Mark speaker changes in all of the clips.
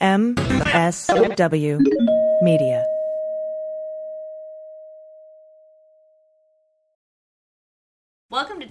Speaker 1: MSW Media.
Speaker 2: Welcome to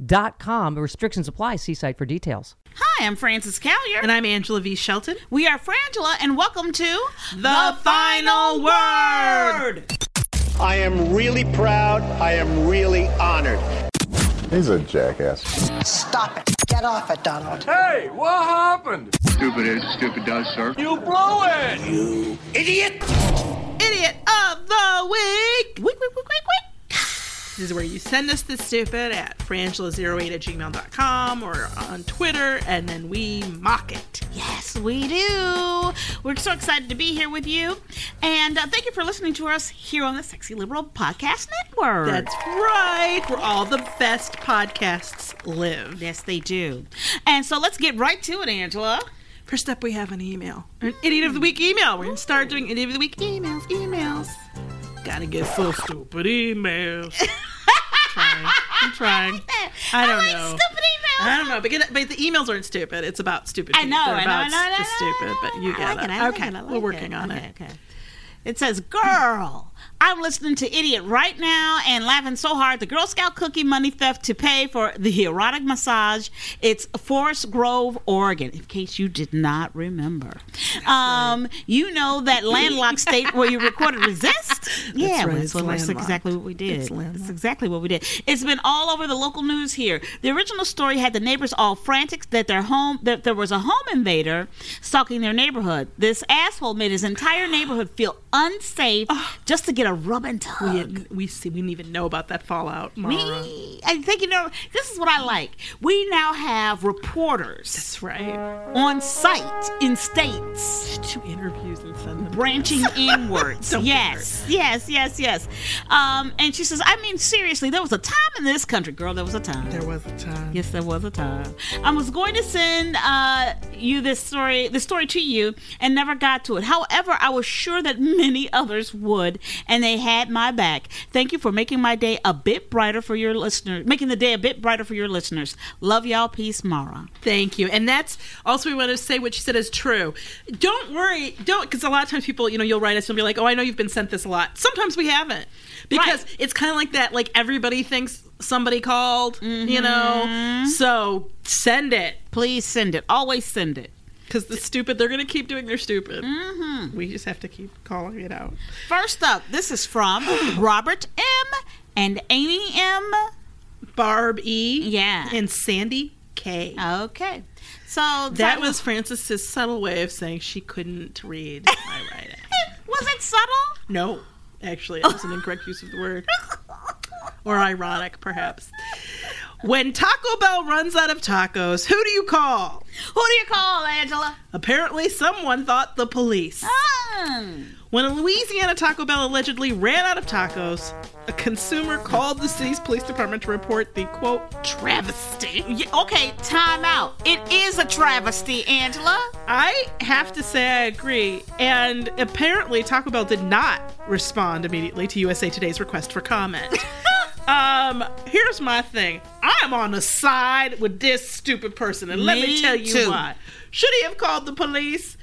Speaker 3: tomboyx.com. Restrictions apply. See site for details.
Speaker 4: Hi, I'm Frances Callier.
Speaker 5: And I'm Angela V. Shelton.
Speaker 4: we are Frangela, and welcome to The,
Speaker 5: Final Word.
Speaker 6: I am really proud. I am really honored.
Speaker 7: He's a jackass.
Speaker 8: Stop it. Get off it, Donald.
Speaker 6: Hey, what happened?
Speaker 9: Stupid is, stupid does, sir.
Speaker 6: You blew it! You idiot!
Speaker 4: Idiot of the Week. Week, week, week, week, week. This is where you send us the stupid at frangela08 at gmail.com or on Twitter, and then we mock it. Yes, we do. We're so excited to be here with you. And uh, thank you for listening to us here on the Sexy Liberal Podcast Network. That's right, where all the best podcasts live. Yes, they do. And so let's get right to it, Angela. First up, we have an email. An Idiot of the Week email. We're going to start doing Idiot of the Week emails, emails. Gotta get so stupid emails. I'm trying. I'm trying. I don't
Speaker 5: like
Speaker 4: know.
Speaker 5: stupid
Speaker 4: emails. I don't know, but, get- but the emails aren't stupid. It's about stupid.
Speaker 5: I know,
Speaker 4: They're
Speaker 5: I know,
Speaker 4: about
Speaker 5: I know, I know,
Speaker 4: the stupid, but you get
Speaker 5: like it,
Speaker 4: it.
Speaker 5: I like
Speaker 4: okay,
Speaker 5: it, I
Speaker 4: we're
Speaker 5: like
Speaker 4: working
Speaker 5: it.
Speaker 4: on
Speaker 5: Okay,
Speaker 4: it.
Speaker 5: okay.
Speaker 4: It says,
Speaker 5: Girl, I'm listening to Idiot right now and laughing so hard. The Girl Scout cookie money theft to pay for the erotic massage. It's Forest Grove, Oregon, in case you did not remember. Um, You know that landlocked state where you recorded Resist? Yeah,
Speaker 4: right,
Speaker 5: well,
Speaker 4: it's
Speaker 5: that's, what- that's
Speaker 4: landlocked.
Speaker 5: exactly what we did.
Speaker 4: It's landlocked.
Speaker 5: That's exactly what we did. It's been all over the local news here. The original story had the neighbors all frantic that their home that there was a home invader stalking their neighborhood. This asshole made his entire neighborhood feel unsafe just to get a rub and tug.
Speaker 4: we, we see we didn't even know about that fallout. Mara.
Speaker 5: Me, I think you know. This is what I like. We now have reporters
Speaker 4: That's right.
Speaker 5: on site in states
Speaker 4: Two interviews and send them.
Speaker 5: branching inwards.
Speaker 4: Don't
Speaker 5: yes, yes, yes, yes. Um, and she says, I mean, seriously, there was a time in this country, girl. There was a time.
Speaker 4: There was a time.
Speaker 5: Yes, there was a time. I was going to send uh, you this story, this story to you, and never got to it. However, I was sure that many others would, and they had my back. Thank you for making my day a bit brighter for your listeners, making the day a bit brighter for your listeners. Love y'all. Peace, Mara.
Speaker 4: Thank you. And that's also we want to say what she said is
Speaker 5: oh,
Speaker 4: true. Don't worry, don't because a lot of times people, you know, you'll write us and be like, "Oh, I know you've been sent this a lot." Sometimes we haven't because
Speaker 5: Right.
Speaker 4: it's kind of like that. Like everybody thinks somebody
Speaker 5: Mm-hmm.
Speaker 4: called, you know. So send it.
Speaker 5: Please send it. Always send it.
Speaker 4: Because the stupid, they're going to keep doing their stupid.
Speaker 5: Mm-hmm.
Speaker 4: We just have to keep calling it out.
Speaker 5: First up, this is from Robert M. and Amy M.
Speaker 4: Barb E.
Speaker 5: Yeah.
Speaker 4: And Sandy K.
Speaker 5: Okay. So
Speaker 4: that was Francis's subtle way of saying she couldn't read my writing.
Speaker 5: Was it subtle?
Speaker 4: No, actually, it was an incorrect use of the word. Or ironic, perhaps. When Taco Bell runs out of tacos, who do you call?
Speaker 5: Who do you call, Angela?
Speaker 4: Apparently, someone thought the police.
Speaker 5: Oh.
Speaker 4: When a Louisiana Taco Bell allegedly ran out of tacos, a consumer called the city's police department to report the quote travesty.
Speaker 5: Yeah, okay, time out. It is a travesty, Angela.
Speaker 4: I have to say I agree. And apparently, Taco Bell did not respond immediately to USA Today's request for comment. um, here's my thing. I'm on the side with this stupid person, and let
Speaker 5: Me
Speaker 4: me tell you
Speaker 5: too.
Speaker 4: why. Should he have called the police?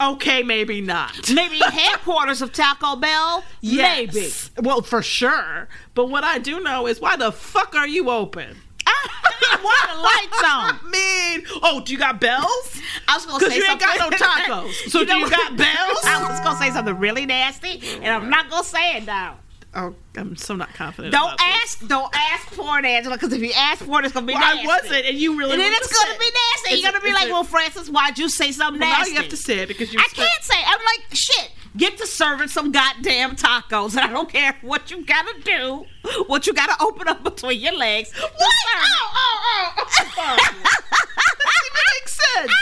Speaker 4: Okay, maybe not.
Speaker 5: Maybe headquarters of Taco Bell. Maybe.
Speaker 4: Yes. Well, for sure. But what I do know is why the fuck are you open?
Speaker 5: Why the lights on?
Speaker 4: I mean, oh, do you got bells?
Speaker 5: I was gonna
Speaker 4: 'Cause
Speaker 5: say
Speaker 4: you ain't
Speaker 5: something.
Speaker 4: got no tacos. So do you
Speaker 5: what?
Speaker 4: got bells?
Speaker 5: I was gonna say something really nasty, and I'm not gonna say it now.
Speaker 4: Oh, I'm so not confident.
Speaker 5: Don't
Speaker 4: about this.
Speaker 5: ask, don't ask for it, Angela, because if you ask for it, it's gonna be
Speaker 4: Well,
Speaker 5: nasty.
Speaker 4: I wasn't, and you really.
Speaker 5: And then
Speaker 4: wanted
Speaker 5: it's
Speaker 4: to say
Speaker 5: gonna
Speaker 4: it.
Speaker 5: be nasty.
Speaker 4: Is
Speaker 5: You're
Speaker 4: it-
Speaker 5: gonna be
Speaker 4: is
Speaker 5: like,
Speaker 4: it-
Speaker 5: "Well, Francis, why'd you say something
Speaker 4: well, now
Speaker 5: nasty?"
Speaker 4: you have to say it because you.
Speaker 5: I
Speaker 4: expect-
Speaker 5: can't say. I'm like, shit. Get the servant some goddamn tacos, and I don't care what you gotta do, what you gotta open up between your legs. What? Oh, oh, oh! that even makes sense.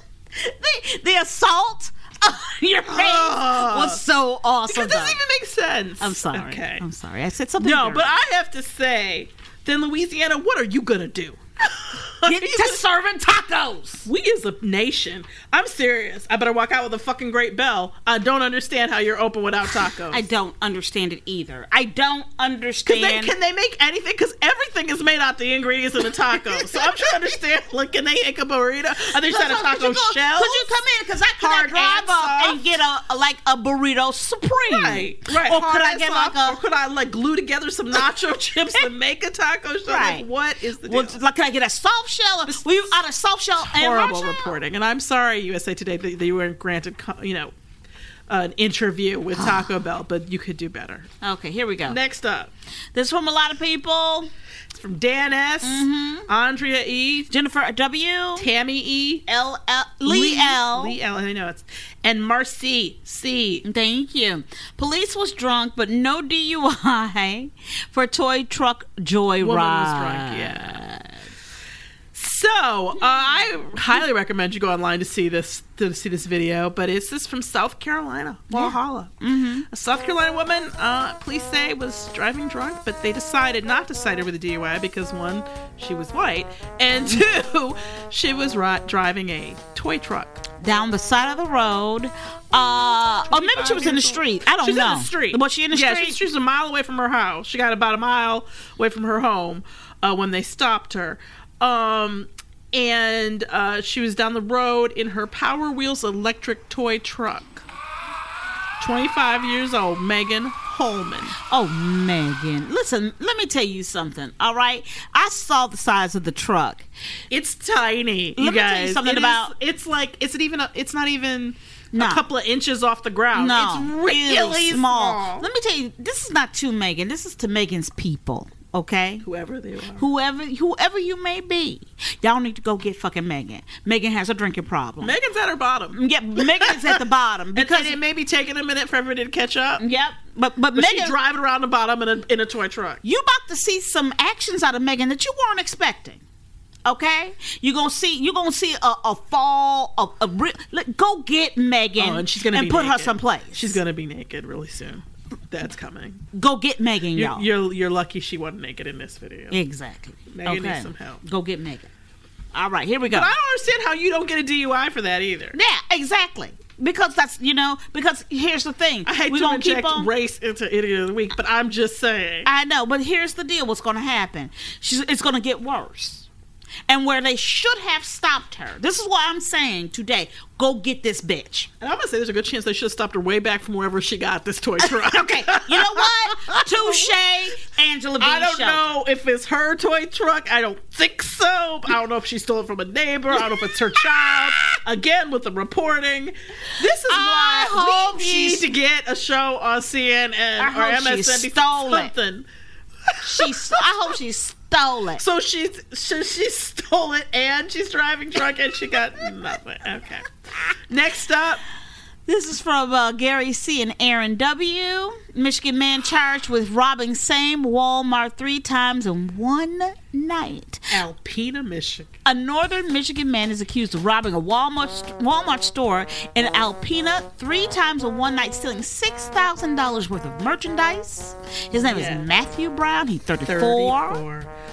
Speaker 5: the, the assault on your face
Speaker 4: Ugh.
Speaker 5: was so awesome.
Speaker 4: Because it doesn't
Speaker 5: though.
Speaker 4: even make sense.
Speaker 5: I'm sorry.
Speaker 4: Okay.
Speaker 5: I'm sorry. I said something.
Speaker 4: No,
Speaker 5: dirty.
Speaker 4: but I have to say, then Louisiana, what are you gonna do?
Speaker 5: get to serving tacos.
Speaker 4: we as a nation, I'm serious. I better walk out with a fucking great bell. I don't understand how you're open without tacos.
Speaker 5: I don't understand it either. I don't
Speaker 4: Because
Speaker 5: understand.
Speaker 4: they, can they make anything? Because everything is made out the ingredients in a taco. so I'm trying to understand. Like, can they make a burrito? Are they trying to
Speaker 5: Could
Speaker 4: taco
Speaker 5: you go-
Speaker 4: shell?
Speaker 5: Could you come in? Because I could I
Speaker 4: Hard
Speaker 5: drive up
Speaker 4: and soft?
Speaker 5: and get a, a- like a burrito supreme.
Speaker 4: Right, right.
Speaker 5: Or
Speaker 4: Hard
Speaker 5: could I
Speaker 4: and
Speaker 5: get
Speaker 4: soft,
Speaker 5: like
Speaker 4: Or
Speaker 5: a?
Speaker 4: could I like glue together some nacho chips and make a taco shell?
Speaker 5: Right.
Speaker 4: Like, what is the deal?
Speaker 5: Well, like, could I get a soft shell? Were you out of soft shell and hard
Speaker 4: horrible
Speaker 5: shell?
Speaker 4: reporting, and I'm sorry, USA Today, that that you weren't granted, co- you know, an interview with Taco Bell, but you could do better.
Speaker 5: Okay, here we go.
Speaker 4: Next up,
Speaker 5: This is from a lot of people.
Speaker 4: it's from Dan S, Andrea E,
Speaker 5: Jennifer W.
Speaker 4: Mm-hmm. Tammy E,
Speaker 5: L L Lee L.
Speaker 4: Lee L. I know it's and Marcy C.
Speaker 5: Thank you. Police was drunk, but no DUI for toy truck joyride.
Speaker 4: Woman was drunk, yeah. So uh, I highly recommend you go online to see this to see this video. But it's this from South Carolina, Walhalla. A South Carolina woman, uh, police say, was driving drunk, but they decided not to cite her with a DUI because one, she was white, and two, she was ri- driving a toy truck.
Speaker 5: down the side of the road. Uh, or maybe she was in the
Speaker 4: years old.
Speaker 5: street. I don't
Speaker 4: She's
Speaker 5: know.
Speaker 4: in the street.
Speaker 5: Was she in the
Speaker 4: yeah,
Speaker 5: street?
Speaker 4: She, she was a mile away from her house. She got about a mile away from her home uh, when they stopped her. Um, and uh, she was down the road in her Power Wheels electric toy truck. 25 years old, Megan Holman.
Speaker 5: Oh, Megan. Listen, let me tell you something. All right. I saw the size of the truck.
Speaker 4: It's tiny. you
Speaker 5: Let me tell you
Speaker 4: guys.
Speaker 5: something
Speaker 4: It is-
Speaker 5: about-
Speaker 4: it's like it's not even a, it's not even
Speaker 5: No.
Speaker 4: a couple of inches off the ground.
Speaker 5: No,
Speaker 4: Oh, it's really small.
Speaker 5: Let me tell you, this is not to Megan. This is to Megan's people. Okay.
Speaker 4: Whoever they are.
Speaker 5: Whoever, whoever you may be, y'all need to go get fucking Megan. Megan has a drinking problem.
Speaker 4: Megan's at her bottom.
Speaker 5: yeah, Megan is at the bottom
Speaker 4: And,
Speaker 5: because
Speaker 4: and it may be taking a minute for everybody to catch up.
Speaker 5: yep. But but,
Speaker 4: But
Speaker 5: Megan,
Speaker 4: she driving around the bottom in a, in a toy truck.
Speaker 5: you about to see some actions out of Megan that you weren't expecting. Okay, you gonna see you gonna see a, a fall of a, re- look, go get Megan
Speaker 4: Oh, and she's gonna
Speaker 5: and
Speaker 4: be
Speaker 5: put her
Speaker 4: naked.
Speaker 5: someplace.
Speaker 4: She's gonna be naked really soon. That's coming.
Speaker 5: go get Megan,
Speaker 4: You're,
Speaker 5: y'all.
Speaker 4: you're you're lucky she wasn't naked in this video.
Speaker 5: exactly.
Speaker 4: Megan
Speaker 5: okay,
Speaker 4: needs some help.
Speaker 5: go get Megan. All right, here we go.
Speaker 4: But I don't understand how you don't get a DUI for that either.
Speaker 5: yeah, exactly. Because that's you know because here's the thing.
Speaker 4: I hate
Speaker 5: We
Speaker 4: to
Speaker 5: gonna keep
Speaker 4: inject
Speaker 5: on-
Speaker 4: race into idiot of the week, but I'm just saying.
Speaker 5: I know, but here's the deal: what's going to happen? She's, it's going to get worse. and where they should have stopped her. This is why I'm saying today, go get this bitch.
Speaker 4: And I'm gonna say there's a good chance they should have stopped her way back from wherever she got this toy truck.
Speaker 5: okay, you know what? Touche, Angela. B.
Speaker 4: I don't
Speaker 5: Shelton.
Speaker 4: know if it's her toy truck. I don't think so. I don't know if she stole it from a neighbor. I don't know if it's her child. Again, with the reporting, this is
Speaker 5: I
Speaker 4: why
Speaker 5: hope
Speaker 4: we
Speaker 5: she
Speaker 4: need to get a show on CNN
Speaker 5: I
Speaker 4: or
Speaker 5: hope she
Speaker 4: MSNBC.
Speaker 5: stole it.
Speaker 4: something.
Speaker 5: She. s- I hope she stole it.
Speaker 4: So she, she she stole it and she's driving drunk and she got nothing. Okay. Next up,
Speaker 5: This is from uh, Gary C. and Aaron W. Michigan man charged with robbing same Walmart three times in one night.
Speaker 4: Alpena, Michigan.
Speaker 5: A northern Michigan man is accused of robbing a Walmart st- Walmart store in Alpena three times in one night, stealing six thousand dollars worth of merchandise. His name
Speaker 4: Yeah.
Speaker 5: is Matthew Brown. He's thirty-four.
Speaker 4: 34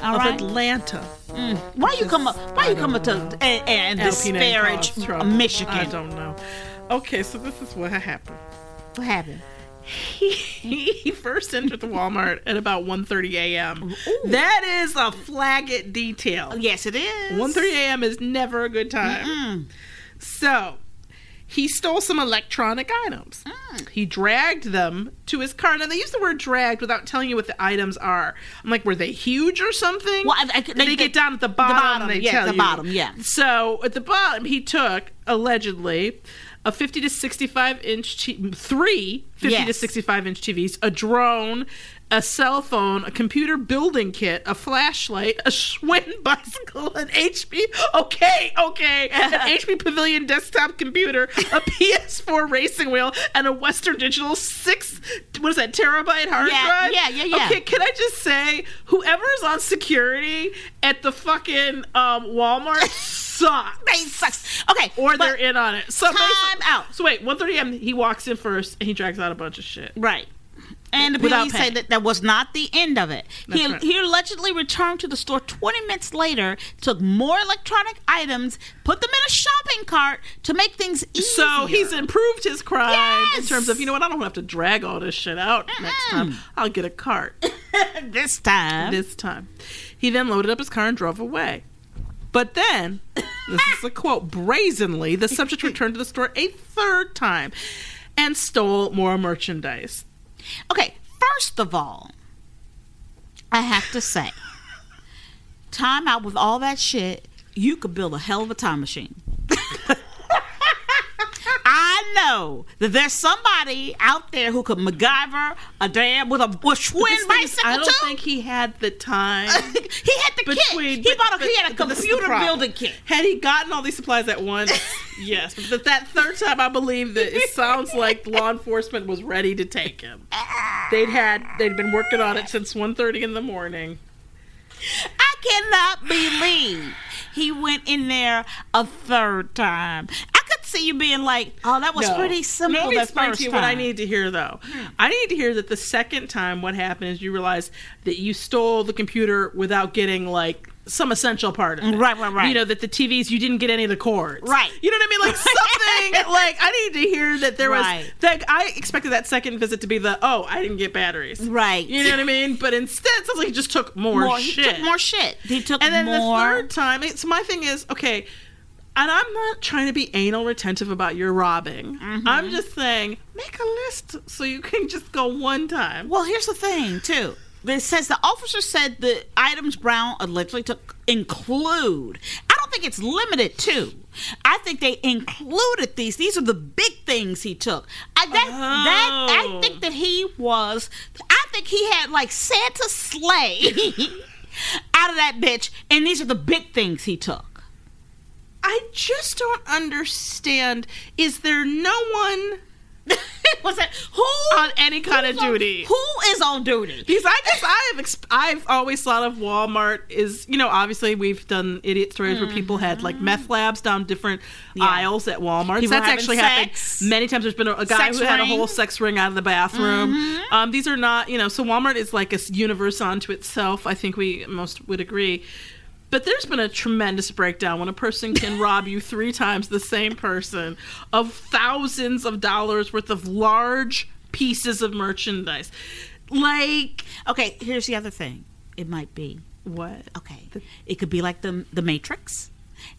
Speaker 5: All
Speaker 4: of
Speaker 5: right.
Speaker 4: Atlanta.
Speaker 5: Mm. Why you come up? Why you come up to and, and
Speaker 4: Alpena and
Speaker 5: disparage
Speaker 4: caused trouble.
Speaker 5: Michigan?
Speaker 4: I don't know. Okay, so this is what happened.
Speaker 5: What happened?
Speaker 4: he first entered the Walmart at about 1:30 a.m. That is a flagged detail.
Speaker 5: Oh, Yes, it is.
Speaker 4: 1:30 a.m. is never a good time. So, he stole some electronic items.
Speaker 5: Mm.
Speaker 4: He dragged them to his car. Now they use the word dragged without telling you what the items are. I'm like, were they huge or something?
Speaker 5: Well, I- I- they-
Speaker 4: they,
Speaker 5: they-
Speaker 4: get down at the
Speaker 5: the
Speaker 4: bottom.
Speaker 5: bottom,
Speaker 4: they
Speaker 5: yeah,
Speaker 4: tell
Speaker 5: the
Speaker 4: you.
Speaker 5: bottom, yeah.
Speaker 4: So at the bottom, he took allegedly a 50 to 65 inch t- three 50 to
Speaker 5: Yes.
Speaker 4: 65 inch TVs, a drone, a cell phone, a computer building kit, a flashlight, a Schwinn bicycle, an HP okay, okay, an HP Pavilion desktop computer, a PS4 racing wheel, and a Western Digital six what is that terabyte hard
Speaker 5: Yeah,
Speaker 4: drive?
Speaker 5: yeah, yeah, yeah.
Speaker 4: Okay, can I just say, whoever's on security at the fucking um, Walmart sucks.
Speaker 5: They sucks. Okay,
Speaker 4: Or
Speaker 5: but-
Speaker 4: they're in on it. So
Speaker 5: Time out.
Speaker 4: So wait, 1.30 a.m. He walks in first and he drags out a bunch of shit.
Speaker 5: Right. And the
Speaker 4: Without
Speaker 5: police say
Speaker 4: pay.
Speaker 5: that that was not the end of it. He,
Speaker 4: That's right.
Speaker 5: he allegedly returned to the store 20 minutes later, took more electronic items, put them in a shopping cart to make things easier.
Speaker 4: So he's improved his crime in
Speaker 5: Yes.
Speaker 4: terms of you know what I don't have to drag all this shit out next time. I'll get a cart.
Speaker 5: this time.
Speaker 4: this time. He then loaded up his car and drove away. But then, this is a quote, brazenly, the subject returned to the store a third time and stole more merchandise.
Speaker 5: Okay, first of all, I have to say, time out with all that shit, you could build a hell of a time machine. I know that there's somebody out there who could MacGyver a damn with a with Schwinn
Speaker 4: This thing is-
Speaker 5: bicycle
Speaker 4: I don't
Speaker 5: too.
Speaker 4: think he had the time.
Speaker 5: he had the kit.
Speaker 4: Between,
Speaker 5: He
Speaker 4: but-
Speaker 5: bought a he
Speaker 4: but-
Speaker 5: had a
Speaker 4: but this is the
Speaker 5: computer
Speaker 4: problem.
Speaker 5: building kit.
Speaker 4: Had he gotten all these supplies at once, yes. But that third time, I believe that it sounds like law enforcement was ready to take him. They'd had they'd been working on it since 1.30 in the morning.
Speaker 5: I cannot believe he went in there a third time. I could see you being like, "Oh, that was
Speaker 4: No.
Speaker 5: pretty simple."
Speaker 4: Let me
Speaker 5: that
Speaker 4: explain
Speaker 5: first
Speaker 4: to you
Speaker 5: time.
Speaker 4: what I need to hear, though. I need to hear that the second time what happened is you realize that you stole the computer without getting like some essential part of it.
Speaker 5: Right, right, right.
Speaker 4: You know that the TVs you didn't get any of the cords.
Speaker 5: Right.
Speaker 4: You know what I mean? Like something. like I need to hear that there
Speaker 5: Right.
Speaker 4: was. Like I expected that second visit to be the oh I didn't get batteries.
Speaker 5: Right.
Speaker 4: You know what I mean? But instead, it sounds like he just took more,
Speaker 5: more
Speaker 4: shit.
Speaker 5: He took more shit. He took
Speaker 4: And then
Speaker 5: more.
Speaker 4: the third time, it's my thing is okay. And I'm not trying to be anal retentive about your robbing. I'm just saying make a list so you can just go one time.
Speaker 5: Well, here's the thing, too. It says the officer said the items Brown allegedly took include. I don't think it's limited to. I think they included these. These are the big things he took. I, that, that I
Speaker 4: Oh.
Speaker 5: think that he was. I think he had like Santa's sleigh out of that bitch, and these are the big things he took.
Speaker 4: I just don't understand. Is there no one
Speaker 5: was that who
Speaker 4: on any kind of
Speaker 5: who's on-
Speaker 4: duty?
Speaker 5: Who is on duty?
Speaker 4: Because I just I have exp- I've always thought of Walmart is you know obviously we've done idiot stories where people had like meth labs down different aisles at
Speaker 5: Mm-hmm.
Speaker 4: Walmart.
Speaker 5: People
Speaker 4: That's
Speaker 5: having
Speaker 4: actually
Speaker 5: sex.
Speaker 4: happened many times. There's been a, a guy
Speaker 5: Sex
Speaker 4: who had a
Speaker 5: ring. Mm-hmm.
Speaker 4: whole sex ring out of the bathroom. Um, these are not you know so Walmart is like a s- universe unto itself. I think we most would agree. But there's been a tremendous breakdown when a person can rob you three times the same person of thousands of dollars worth of large pieces of merchandise. Like
Speaker 5: Okay, here's the other thing. It might be
Speaker 4: What?
Speaker 5: Okay. It could be like the the Matrix.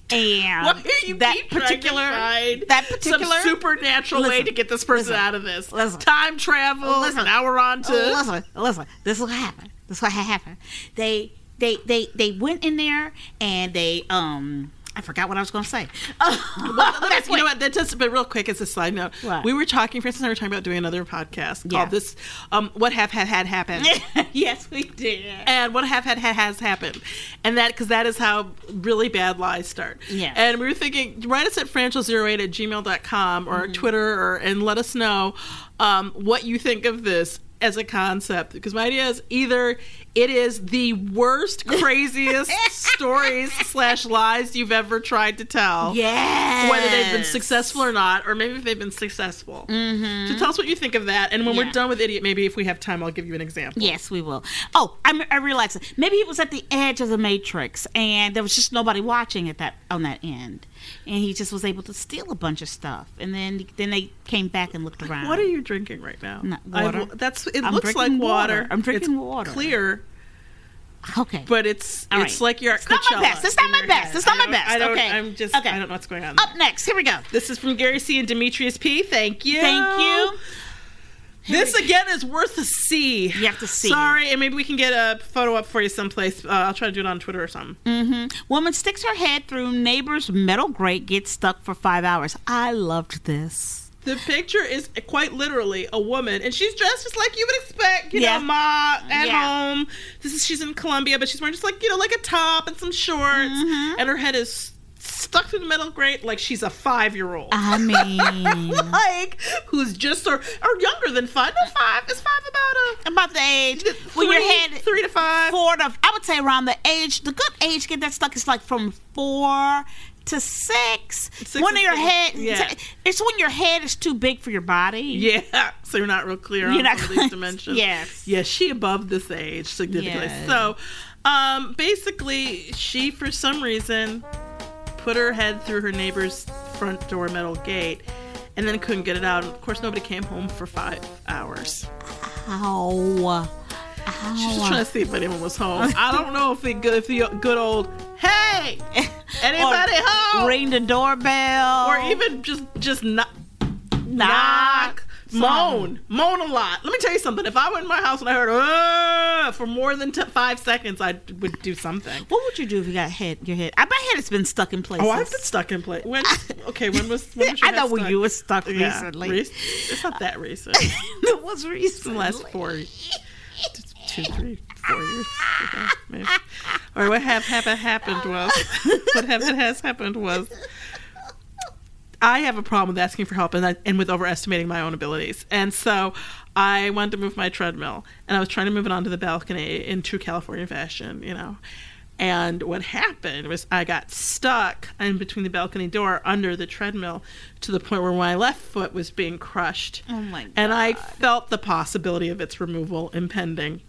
Speaker 5: And
Speaker 4: Why are you
Speaker 5: that
Speaker 4: keep trying to
Speaker 5: particular
Speaker 4: find
Speaker 5: that
Speaker 4: some
Speaker 5: particular
Speaker 4: supernatural way to get this person out of this. Time
Speaker 5: Oh,
Speaker 4: travel, now we're on to-
Speaker 5: listen, listen. This is what happened. This is what happened. They they they they went in there and they um I forgot what I was going to say.
Speaker 4: well, let me- you know what? That just, but real quick, as a side note,
Speaker 5: oh, What?
Speaker 4: we were talking. Francis and I were talking about doing another podcast
Speaker 5: Yeah.
Speaker 4: called "This um, What Have Had Had Happened."
Speaker 5: yes, we did.
Speaker 4: and what have had, had has happened, and that because that is how really bad lies start.
Speaker 5: Yeah.
Speaker 4: And we were thinking, write us at franchel08 at gmail.com or
Speaker 5: Mhm.
Speaker 4: Twitter or and let us know um, what you think of this as a concept. Because my idea is either it is the worst, craziest stories slash lies you've ever tried to tell.
Speaker 5: Yes.
Speaker 4: Whether they've been successful or not, or maybe if they've been successful.
Speaker 5: Mhm.
Speaker 4: So tell us what you think of that. And when
Speaker 5: Yeah.
Speaker 4: we're done with idiot, maybe if we have time, I'll give you an example.
Speaker 5: Yes, we will. Oh, I, I realized it. maybe he was at the edge of the matrix, and there was just nobody watching at that on that end, and he just was able to steal a bunch of stuff, and then then they came back and looked around.
Speaker 4: What are you drinking right now?
Speaker 5: Not
Speaker 4: I've-
Speaker 5: water.
Speaker 4: that's it.
Speaker 5: I'm
Speaker 4: looks like
Speaker 5: drinking
Speaker 4: water.
Speaker 5: water. I'm drinking
Speaker 4: It's
Speaker 5: water.
Speaker 4: Clear.
Speaker 5: Okay.
Speaker 4: But it's
Speaker 5: All
Speaker 4: it's
Speaker 5: right.
Speaker 4: like you're at
Speaker 5: It's not my
Speaker 4: Coachella.
Speaker 5: best. It's not
Speaker 4: in
Speaker 5: my
Speaker 4: your
Speaker 5: best.
Speaker 4: head.
Speaker 5: It's not
Speaker 4: I
Speaker 5: my
Speaker 4: don't-
Speaker 5: best.
Speaker 4: I don't,
Speaker 5: Okay.
Speaker 4: I'm just.
Speaker 5: Okay.
Speaker 4: I don't know what's going on.
Speaker 5: Up next, here we go.
Speaker 4: This is from Gary C and Demetrius P. Thank you.
Speaker 5: Thank you.
Speaker 4: This again is worth a C. You
Speaker 5: have to see.
Speaker 4: Sorry, and maybe we can get a photo up for you someplace. Uh, I'll try to do it on Twitter or something.
Speaker 5: hmm Woman sticks her head through neighbor's metal grate, gets stuck for five hours. I loved this.
Speaker 4: The picture is quite literally a woman, and she's dressed just like you would expect, you
Speaker 5: Yeah.
Speaker 4: know, ma at
Speaker 5: Yeah.
Speaker 4: home. This is she's in Colombia, but she's wearing just like you know, like a top and some shorts,
Speaker 5: Mm-hmm.
Speaker 4: and her head is stuck through the metal grate like she's a five year old.
Speaker 5: I mean,
Speaker 4: like who's just or, or younger than five? No, five is five about a
Speaker 5: about the age when your
Speaker 4: Three-
Speaker 5: head
Speaker 4: three to five,
Speaker 5: four to I would say around the age. The good age to get that stuck is like from four to six. when
Speaker 4: is
Speaker 5: your
Speaker 4: pretty-
Speaker 5: head,
Speaker 4: yeah.
Speaker 5: it's when your head is too big for your body.
Speaker 4: Yeah, so you're not real clear
Speaker 5: You're
Speaker 4: on
Speaker 5: not
Speaker 4: some of these dimensions.
Speaker 5: Yes.
Speaker 4: yeah, she above this age significantly.
Speaker 5: Yeah.
Speaker 4: So, um, basically, she for some reason put her head through her neighbor's front door metal gate, and then couldn't get it out. Of course, nobody came home for five hours.
Speaker 5: Ow. Ow.
Speaker 4: She was just trying to see if anyone was home. I don't know if the good, if the good old hey, anybody
Speaker 5: Or
Speaker 4: home?
Speaker 5: Ring the doorbell.
Speaker 4: Oh. or even just just knock, knock,
Speaker 5: Knock.
Speaker 4: moan, moan a lot. Let me tell you something. If I went in my house and I heard "Ugh," for more than t- five seconds, I would do something.
Speaker 5: What would you do if you got head your head? I bet head has been stuck in place.
Speaker 4: Oh, I've been stuck in place. When? Okay, when was? When was your
Speaker 5: I know
Speaker 4: head
Speaker 5: when
Speaker 4: stuck?
Speaker 5: you were stuck
Speaker 4: Yeah,
Speaker 5: recently.
Speaker 4: rec- it's not that recent.
Speaker 5: it was
Speaker 4: It's the
Speaker 5: recently.
Speaker 4: last four, two, three, four years. ago, maybe. Or what have, have happened was what have has happened was I have a problem with asking for help and I, and with overestimating my own abilities. And so I wanted to move my treadmill and I was trying to move it onto the balcony in true California fashion, you know. And what happened was I got stuck in between the balcony door under the treadmill to the point where my left foot was being crushed.
Speaker 5: Oh my god.
Speaker 4: And I felt the possibility of its removal impending.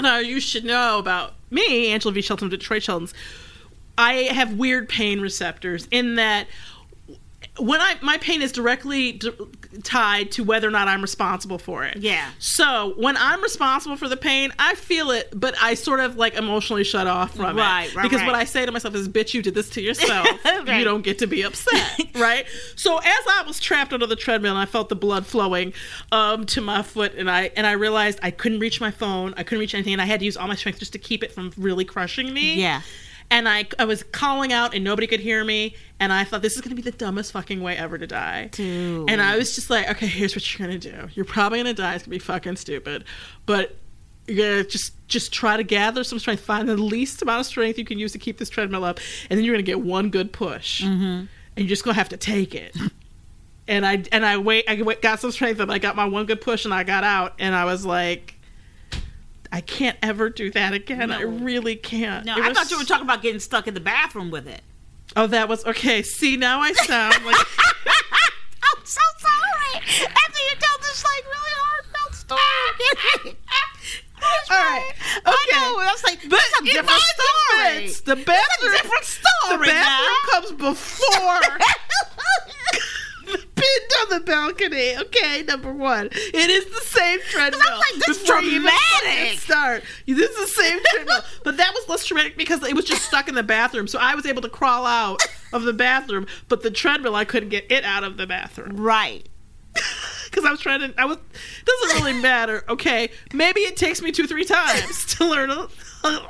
Speaker 4: Now, you should know about me, Angela V. Shelton of Detroit Sheltons. I have weird pain receptors in that when I my pain is directly d- tied to whether or not I'm responsible for it.
Speaker 5: Yeah.
Speaker 4: So when I'm responsible for the pain, I feel it, but I sort of like emotionally shut off from
Speaker 5: Right,
Speaker 4: it
Speaker 5: right,
Speaker 4: because what
Speaker 5: right.
Speaker 4: I say to myself is, "Bitch, you did this to yourself. You don't get to be upset." right. So as I was trapped under the treadmill, and I felt the blood flowing um, to my foot, and I and I realized I couldn't reach my phone. I couldn't reach anything, and I had to use all my strength just to keep it from really crushing me
Speaker 5: Yeah.
Speaker 4: and I, I was calling out and nobody could hear me and i thought this is going to be the dumbest fucking way ever to die
Speaker 5: Dude.
Speaker 4: and i was just like okay here's what you're going to do you're probably going to die it's going to be fucking stupid but you're going to just just try to gather some strength find the least amount of strength you can use to keep this treadmill up and then you're going to get one good push
Speaker 5: Mm-hmm.
Speaker 4: and you're just going to have to take it and i and i wait i wait- got some strength up i got my one good push and i got out and i was like I can't ever do that again. I
Speaker 5: No.
Speaker 4: really can't.
Speaker 5: No,
Speaker 4: It
Speaker 5: I
Speaker 4: was
Speaker 5: thought you were talking about getting stuck in the bathroom with it.
Speaker 4: Oh, that was okay. See, now I sound like
Speaker 5: I'm so sorry. After you told this like really heartfelt story. All right. Okay. I know. I was like, but it's a
Speaker 4: in
Speaker 5: different
Speaker 4: my
Speaker 5: story.
Speaker 4: defense, the bathroom,
Speaker 5: It's a different story.
Speaker 4: the bathroom comes before the bend on the balcony. Okay, number one. It is the same treadmill.
Speaker 5: I'm like, this
Speaker 4: before you even
Speaker 5: dramatic.
Speaker 4: fucking Start. This is the same treadmill, but that was less traumatic because it was just stuck in the bathroom. So I was able to crawl out of the bathroom, but the treadmill I couldn't get it out of the bathroom.
Speaker 5: Right.
Speaker 4: Because I was trying to. I was. Doesn't really matter. Okay. Maybe it takes me two, three times to learn. A,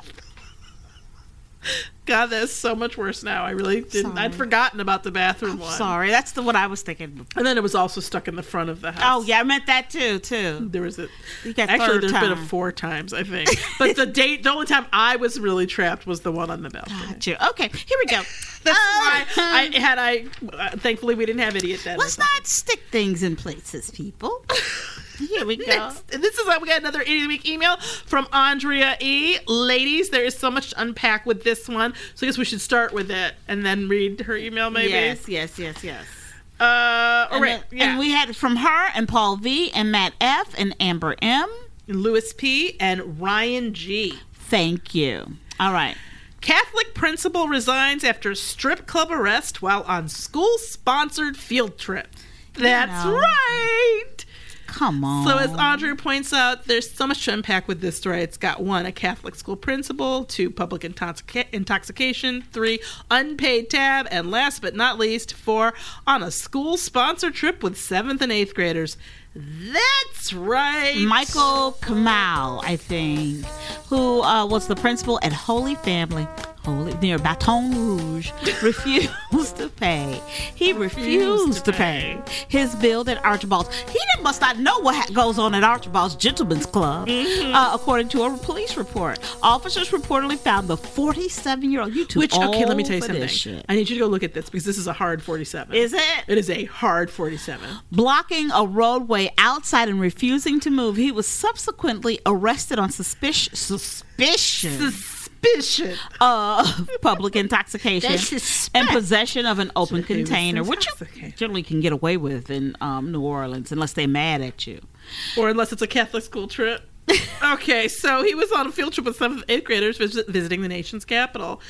Speaker 4: God, that's so much worse now. I really didn't.
Speaker 5: Sorry.
Speaker 4: I'd forgotten about the bathroom one.
Speaker 5: Sorry, that's the what I was thinking.
Speaker 4: And then it was also stuck in the front of the house.
Speaker 5: Oh yeah, I meant that too. Too.
Speaker 4: There was a.
Speaker 5: You got
Speaker 4: Actually,
Speaker 5: third
Speaker 4: there's been a
Speaker 5: time.
Speaker 4: four times, I think. But the date, the only time I was really trapped was the one on the balcony.
Speaker 5: Okay, here we go. Uh,
Speaker 4: That's why I had I. Uh, thankfully, we didn't have idiot then.
Speaker 5: Let's not stick things in places, people. Here we go.
Speaker 4: Next, this is how we got another Idiot of the Week email from Andrea E. Ladies, there is so much to unpack with this one, so I guess we should start with it and then read her email, maybe.
Speaker 5: Yes, yes, yes, yes.
Speaker 4: Uh, all
Speaker 5: and,
Speaker 4: right.
Speaker 5: the-
Speaker 4: yeah.
Speaker 5: and we had it from her and Paul V and Matt F and Amber M.
Speaker 4: Louis P. and Ryan G.
Speaker 5: Thank you. All right.
Speaker 4: Catholic principal resigns after strip club arrest while on school sponsored field trip. That's
Speaker 5: know.
Speaker 4: right.
Speaker 5: Come on.
Speaker 4: So, as Audrey points out, there's so much to unpack with this story. It's got one, a Catholic school principal, two, public intoxica- intoxication, three, unpaid tab, and last but not least, four, on a school sponsored trip with seventh and eighth graders. That's right.
Speaker 5: Michael Kamau, I think, who uh, was the principal at Holy Family. Holy, near Baton Rouge, refused to pay. He refused to pay his bill at Archibald's. He didn't- must not know what ha- goes on at Archibald's Gentlemen's Club,
Speaker 4: Mm-hmm.
Speaker 5: uh, according to a police report. Officers reportedly found the 47 year old. You too
Speaker 4: Which, okay, let me
Speaker 5: old
Speaker 4: tell you
Speaker 5: for
Speaker 4: something.
Speaker 5: this shit.
Speaker 4: I need you to go look at this because this is a hard 47.
Speaker 5: Is it?
Speaker 4: It is a hard 47.
Speaker 5: blocking a roadway outside and refusing to move. He was subsequently arrested on suspicion suspicion
Speaker 4: Suspicion.
Speaker 5: of public intoxication
Speaker 4: That's suspect.
Speaker 5: and possession of an open
Speaker 4: He was
Speaker 5: container, which you
Speaker 4: intoxicated.
Speaker 5: generally can get away with in um, New Orleans unless they're mad at you.
Speaker 4: or unless it's a Catholic school trip. okay, so he was on a field trip with some eighth graders vis- visiting the nation's capital.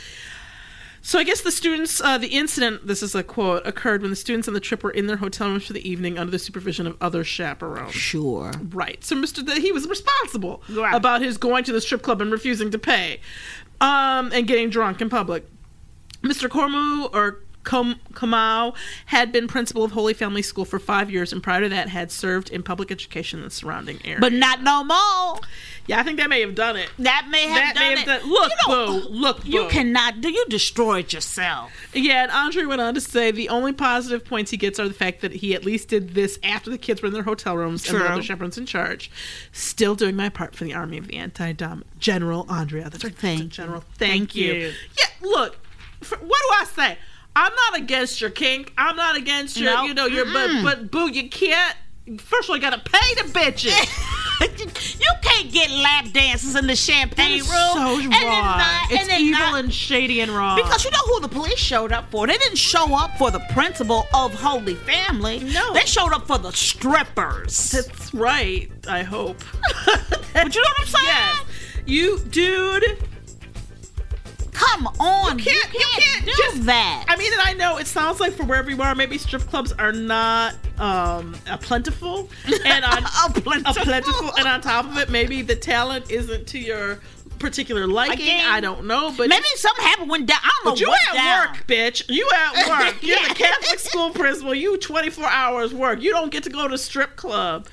Speaker 4: So I guess the students, uh, the incident, this is a quote, occurred when the students on the trip were in their hotel rooms for the evening under the supervision of other chaperones.
Speaker 5: Sure.
Speaker 4: Right. So Mr. The, he was responsible
Speaker 5: Right.
Speaker 4: about his going to the strip club and refusing to pay, um, and getting drunk in public. Mr. Cormu or Com- Kamau had been principal of Holy Family School for five years, and prior to that, had served in public education in the surrounding area.
Speaker 5: But not no more.
Speaker 4: yeah, I think that may have done it.
Speaker 5: That may have
Speaker 4: That
Speaker 5: done
Speaker 4: may
Speaker 5: it.
Speaker 4: have done- look,
Speaker 5: you know,
Speaker 4: boo. Look,
Speaker 5: You
Speaker 4: boo.
Speaker 5: cannot do. You destroyed yourself.
Speaker 4: Yeah, and Andre went on to say the only positive points he gets are the fact that he at least did this after the kids were in their hotel rooms and
Speaker 5: True.
Speaker 4: the other chaperones in charge. Still doing my part for the army of the anti-dom, General Andrea. That's right,
Speaker 5: Thank you.
Speaker 4: Captain General.
Speaker 5: Thank
Speaker 4: Thank, you.
Speaker 5: you.
Speaker 4: Yeah, look, for, what do I say? I'm not against your kink. I'm not against your,
Speaker 5: No.
Speaker 4: you know, your but, but boo, you can't. First of all, you gotta pay the bitches.
Speaker 5: you can't get lap dances in the champagne room.
Speaker 4: so
Speaker 5: and
Speaker 4: wrong.
Speaker 5: then not-
Speaker 4: it's
Speaker 5: and then
Speaker 4: evil
Speaker 5: not-
Speaker 4: and shady and wrong.
Speaker 5: Because you know who the police showed up for? They didn't show up for the principal of Holy Family.
Speaker 4: No.
Speaker 5: They showed up for the strippers.
Speaker 4: That's right. I hope.
Speaker 5: But you know what I'm saying?
Speaker 4: Yes. You, dude.
Speaker 5: Come on. You
Speaker 4: can't- you can't
Speaker 5: do
Speaker 4: just-
Speaker 5: that.
Speaker 4: I mean, and I know it sounds like for wherever you are, maybe strip clubs are not um, a plentiful, and on
Speaker 5: A plentiful.
Speaker 4: a plentiful, and on top of it, maybe the talent isn't to your particular liking.
Speaker 5: Again.
Speaker 4: I don't know, but
Speaker 5: Maybe something happened when down. I don't
Speaker 4: But
Speaker 5: know
Speaker 4: you
Speaker 5: what
Speaker 4: at
Speaker 5: down.
Speaker 4: work, bitch. You at work. You're
Speaker 5: Yeah.
Speaker 4: the Catholic school principal. You 24 hours work. You don't get to go to strip club,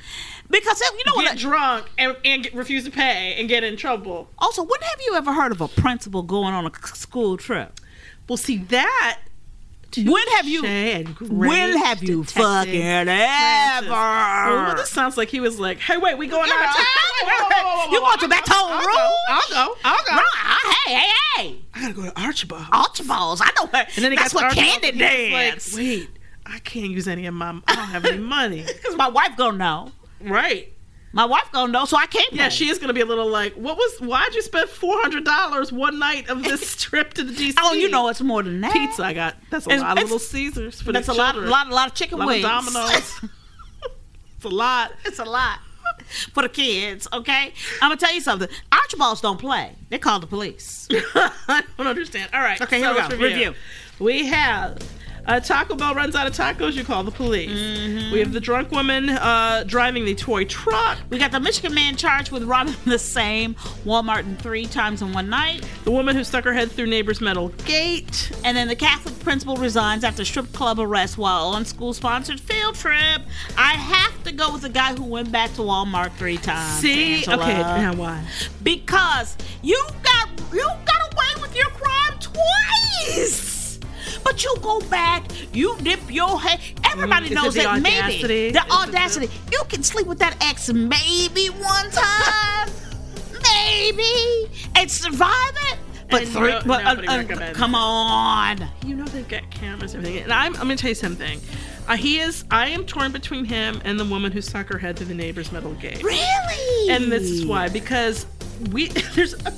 Speaker 5: Because you know
Speaker 4: get
Speaker 5: what?
Speaker 4: drunk, and, and get, refuse to pay and get in trouble.
Speaker 5: Also, when have you ever heard of a principal going on a c- school trip?
Speaker 4: Well, see that.
Speaker 5: When have you?
Speaker 4: Touche and great
Speaker 5: When have you
Speaker 4: detective
Speaker 5: fucking
Speaker 4: Francis. Well,
Speaker 5: ever?
Speaker 4: well, Oh, this sounds like he was like, "Hey, wait, we going out of town? Wait, wait, wait, wait, wait, wait,
Speaker 5: You
Speaker 4: wait,
Speaker 5: want to
Speaker 4: I'll
Speaker 5: back
Speaker 4: go,
Speaker 5: home
Speaker 4: I'll
Speaker 5: room?
Speaker 4: go, I'll go. I'll go.
Speaker 5: Right. Hey, hey, hey.
Speaker 4: I gotta go to Archibald."
Speaker 5: Archibald's. I know her.
Speaker 4: and then he
Speaker 5: That's
Speaker 4: got to
Speaker 5: what
Speaker 4: Archibald
Speaker 5: Candy
Speaker 4: and he was like,
Speaker 5: dance.
Speaker 4: Wait, I can't use any of my. I don't have any money.
Speaker 5: Because my wife gonna know.
Speaker 4: right.
Speaker 5: My wife gonna know, so I can't.
Speaker 4: Yeah,
Speaker 5: pay.
Speaker 4: she is gonna be a little like, "What was? Why'd you spend four hundred dollars one night of this trip to the DC?"
Speaker 5: Oh, you know it's more than that.
Speaker 4: pizza. I got that's a
Speaker 5: It's-
Speaker 4: lot of
Speaker 5: it's-
Speaker 4: little Caesars for
Speaker 5: That's a
Speaker 4: the
Speaker 5: lot,
Speaker 4: children.
Speaker 5: lot, lot of chicken
Speaker 4: lot of
Speaker 5: wings.
Speaker 4: Domino's. it's a lot.
Speaker 5: it's a lot for the kids. Okay, I'm gonna tell you something. Archibalds don't play. They call the police.
Speaker 4: I don't understand. All right.
Speaker 5: Okay,
Speaker 4: so
Speaker 5: here we
Speaker 4: let's
Speaker 5: go. Review.
Speaker 4: We have Uh, Taco Bell runs out of tacos, you call the police.
Speaker 5: Mm-hmm.
Speaker 4: We have the drunk woman uh, driving the toy truck.
Speaker 5: We got the Michigan man charged with robbing the same Walmart in three times in one night.
Speaker 4: The woman who stuck her head through neighbor's metal gate.
Speaker 5: And then the Catholic principal resigns after strip club arrest while on school sponsored field trip. I have to go with the guy who went back to Walmart three times.
Speaker 4: See?
Speaker 5: Angela.
Speaker 4: Okay, now why?
Speaker 5: Because you got you got away with your crime twice. But you go back, you dip your head. Everybody
Speaker 4: Mm, is it
Speaker 5: knows
Speaker 4: the
Speaker 5: that
Speaker 4: audacity?
Speaker 5: maybe the audacity. You can sleep with that ex maybe one time, maybe, and survive it. But
Speaker 4: And
Speaker 5: three,
Speaker 4: no-
Speaker 5: but uh,
Speaker 4: nobody
Speaker 5: uh,
Speaker 4: recommends
Speaker 5: come
Speaker 4: it.
Speaker 5: on.
Speaker 4: You know they've got cameras and everything. And I'm, I'm going to tell you something. Uh, he is, I am torn between him and the woman who stuck her head through the neighbor's metal gate.
Speaker 5: Really?
Speaker 4: And this is why because we there's a,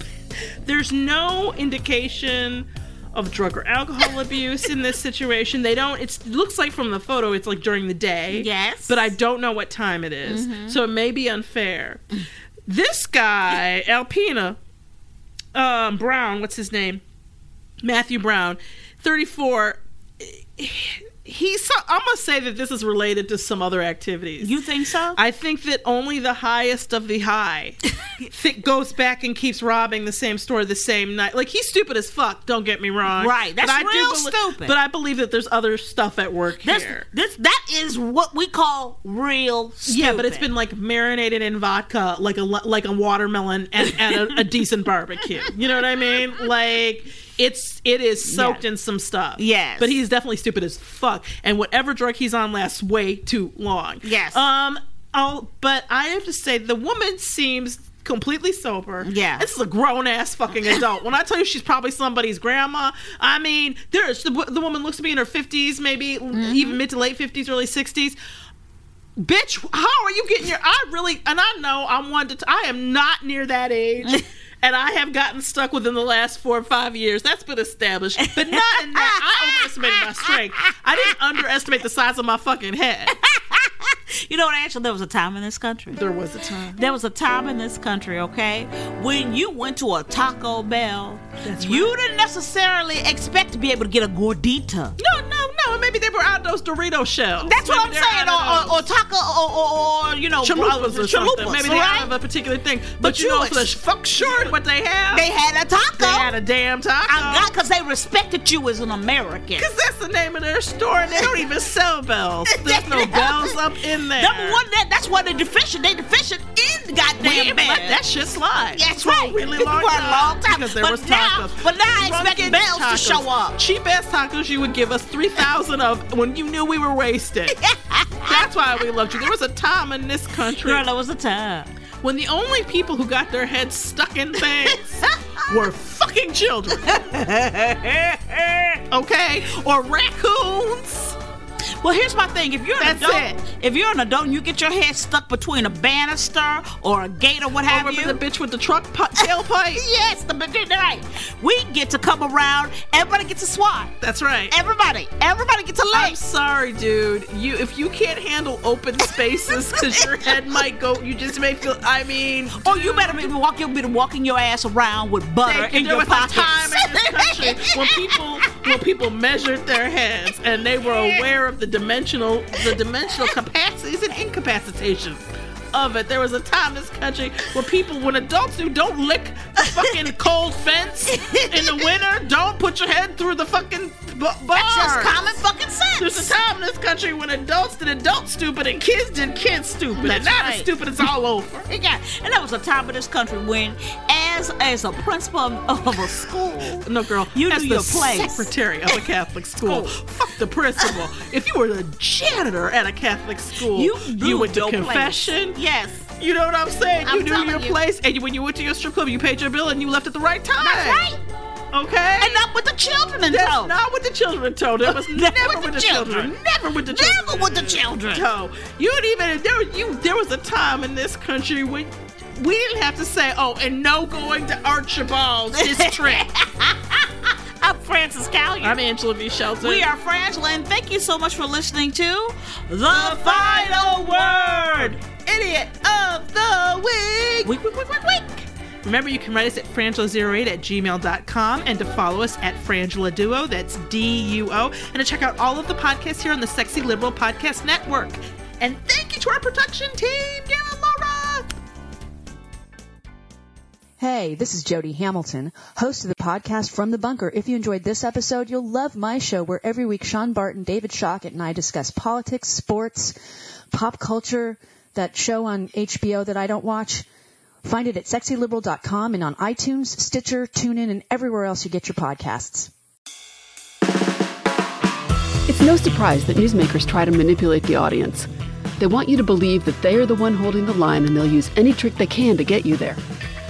Speaker 4: there's no indication of drug or alcohol abuse in this situation. They don't. It's, it looks like from the photo, it's like during the day.
Speaker 5: Yes.
Speaker 4: But I don't know what time it is,
Speaker 5: Mhm.
Speaker 4: so it may be unfair. this guy, Alpina um, Brown, what's his name? Matthew Brown, 34. He's. So, I'm gonna say that this is related to some other activities.
Speaker 5: You think so?
Speaker 4: I think that only the highest of the high th- goes back and keeps robbing the same store the same night. Like he's stupid as fuck. Don't get me wrong.
Speaker 5: Right, that's
Speaker 4: I do
Speaker 5: real
Speaker 4: belie-
Speaker 5: stupid.
Speaker 4: But I believe that there's other stuff at work
Speaker 5: This,
Speaker 4: here.
Speaker 5: this that is what we call real stupid.
Speaker 4: Yeah, but it's been like marinated in vodka, like a lo- like a watermelon and, and a, a decent barbecue. You know what I mean? Like it's it is soaked in some stuff.
Speaker 5: Yes.
Speaker 4: but he's definitely stupid as fuck, and whatever drug he's on lasts way too long.
Speaker 5: Yes.
Speaker 4: Um. Oh, but I have to say the woman seems completely sober.
Speaker 5: Yeah.
Speaker 4: This is a grown ass fucking adult. when I tell you she's probably somebody's grandma, I mean, there's the, the woman looks to be in her 50s, maybe
Speaker 5: Mm-hmm.
Speaker 4: even mid to late 50s, early 60s bitch how are you getting your i really and i know i'm one to t- i am not near that age and i have gotten stuck within the last four or five years that's been established but not in that i overestimated my strength i didn't underestimate the size of my fucking head
Speaker 5: You know what, Angela? There was a time in this country.
Speaker 4: there was a time
Speaker 5: There was a time in this country, okay, when you went to a Taco Bell, you didn't necessarily expect to be able to get a gordita.
Speaker 4: no no no maybe they were out those dorito shells
Speaker 5: That's what I'm
Speaker 4: Maybe they're
Speaker 5: saying, or,
Speaker 4: out of
Speaker 5: or, or
Speaker 4: those
Speaker 5: taco, or, or, or you know,
Speaker 4: chalupas or something
Speaker 5: chalupas,
Speaker 4: maybe they're
Speaker 5: right?
Speaker 4: out of a particular thing but,
Speaker 5: But
Speaker 4: you
Speaker 5: you
Speaker 4: know
Speaker 5: ex-
Speaker 4: for the sh- fuck sure what they have
Speaker 5: They had a taco.
Speaker 4: They had a damn taco
Speaker 5: I got because they respected you as an American.
Speaker 4: Because that's the name of their store, and they don't even sell bells. There's no bells up in there.
Speaker 5: Number one, that, that's why they're deficient. They deficient in the
Speaker 4: we
Speaker 5: goddamn
Speaker 4: didn't let
Speaker 5: bed.
Speaker 4: that shit slide.
Speaker 5: That's
Speaker 4: for
Speaker 5: right.
Speaker 4: A really long
Speaker 5: for
Speaker 4: time.
Speaker 5: a long time.
Speaker 4: Because there
Speaker 5: but
Speaker 4: was
Speaker 5: now,
Speaker 4: tacos.
Speaker 5: but now I
Speaker 4: Drunken
Speaker 5: expect bells to
Speaker 4: tacos.
Speaker 5: show up.
Speaker 4: Cheap ass tacos you would give us 3,000 of when you knew we were wasted. That's why we loved you. There was a time in this country
Speaker 5: Girl, that was a time.
Speaker 4: when the only people who got their heads stuck in things were fucking children. okay? Or raccoons.
Speaker 5: Well, here's my thing. If you're an
Speaker 4: That's
Speaker 5: adult, if you're an adult and you get your head stuck between a banister or a gate or what
Speaker 4: I
Speaker 5: have
Speaker 4: remember
Speaker 5: you,
Speaker 4: the bitch with the truck pu- tailpipe.
Speaker 5: yes, the bitch right. We get to come around. Everybody gets a swat.
Speaker 4: That's right.
Speaker 5: Everybody, everybody gets a
Speaker 4: I'm
Speaker 5: leg.
Speaker 4: sorry, dude. You if you can't handle open spaces because your head might go, you just may feel. I mean,
Speaker 5: Oh, you better be walking, be walking your ass around with butter
Speaker 4: thank you.
Speaker 5: in
Speaker 4: there
Speaker 5: your
Speaker 4: was
Speaker 5: pockets.
Speaker 4: a time in this country when people when people measured their heads and they were aware of the dimensional the dimensional capacities and incapacitations of it. There was a time in this country where people, when adults who don't lick the fucking cold fence in the winter, don't put your head through the fucking b- bar.
Speaker 5: That's just common fucking sense.
Speaker 4: There's a time in this country when adults did adult stupid and kids did kids stupid.
Speaker 5: That's
Speaker 4: and now the
Speaker 5: right.
Speaker 4: stupid is all over.
Speaker 5: It got- and that was a time in this country when, as as a principal of, of a school,
Speaker 4: No, girl,
Speaker 5: You
Speaker 4: as
Speaker 5: do
Speaker 4: the
Speaker 5: your place. Oh.
Speaker 4: secretary of a Catholic school. Fuck the principal. if you were the janitor at a Catholic school,
Speaker 5: you do
Speaker 4: went to
Speaker 5: your place.
Speaker 4: confession.
Speaker 5: Yes,
Speaker 4: You know what I'm saying?
Speaker 5: I'm
Speaker 4: you knew
Speaker 5: telling
Speaker 4: your
Speaker 5: you.
Speaker 4: place, and you, when you went to your strip club, you paid your bill and you left at the right time.
Speaker 5: that's right.
Speaker 4: Okay.
Speaker 5: And not with the children in
Speaker 4: That's
Speaker 5: tow.
Speaker 4: not what the children told. It was never, with the, children. Never with the children.
Speaker 5: Never with the children.
Speaker 4: No, you didn't even there. You there was a time in this country when we didn't have to say, "Oh, and no going to Archibald's this trip."
Speaker 5: I'm Francis Callion.
Speaker 4: I'm Angela V. Shelton.
Speaker 5: we are fragile, and thank you so much for listening to the final word.
Speaker 4: Idiot of the Week.
Speaker 5: Week, week, week, week, week.
Speaker 4: Remember, you can write us at frangela08 at gmail.com and to follow us at Frangela Duo, that's D U O, and to check out all of the podcasts here on the Sexy Liberal Podcast Network. And thank you to our production team, Gail and Laura!
Speaker 2: Hey, this is Jody Hamilton, host of the podcast From the Bunker. If you enjoyed this episode, you'll love my show where every week Sean Barton, David Shockett, and I discuss politics, sports, pop culture, that show on HBO that I don't watch. Find it at sexyliberal.com and on iTunes, Stitcher, TuneIn, and everywhere else you get your podcasts.
Speaker 10: It's no surprise that newsmakers try to manipulate the audience. They want you to believe that they are the one holding the line and they'll use any trick they can to get you there.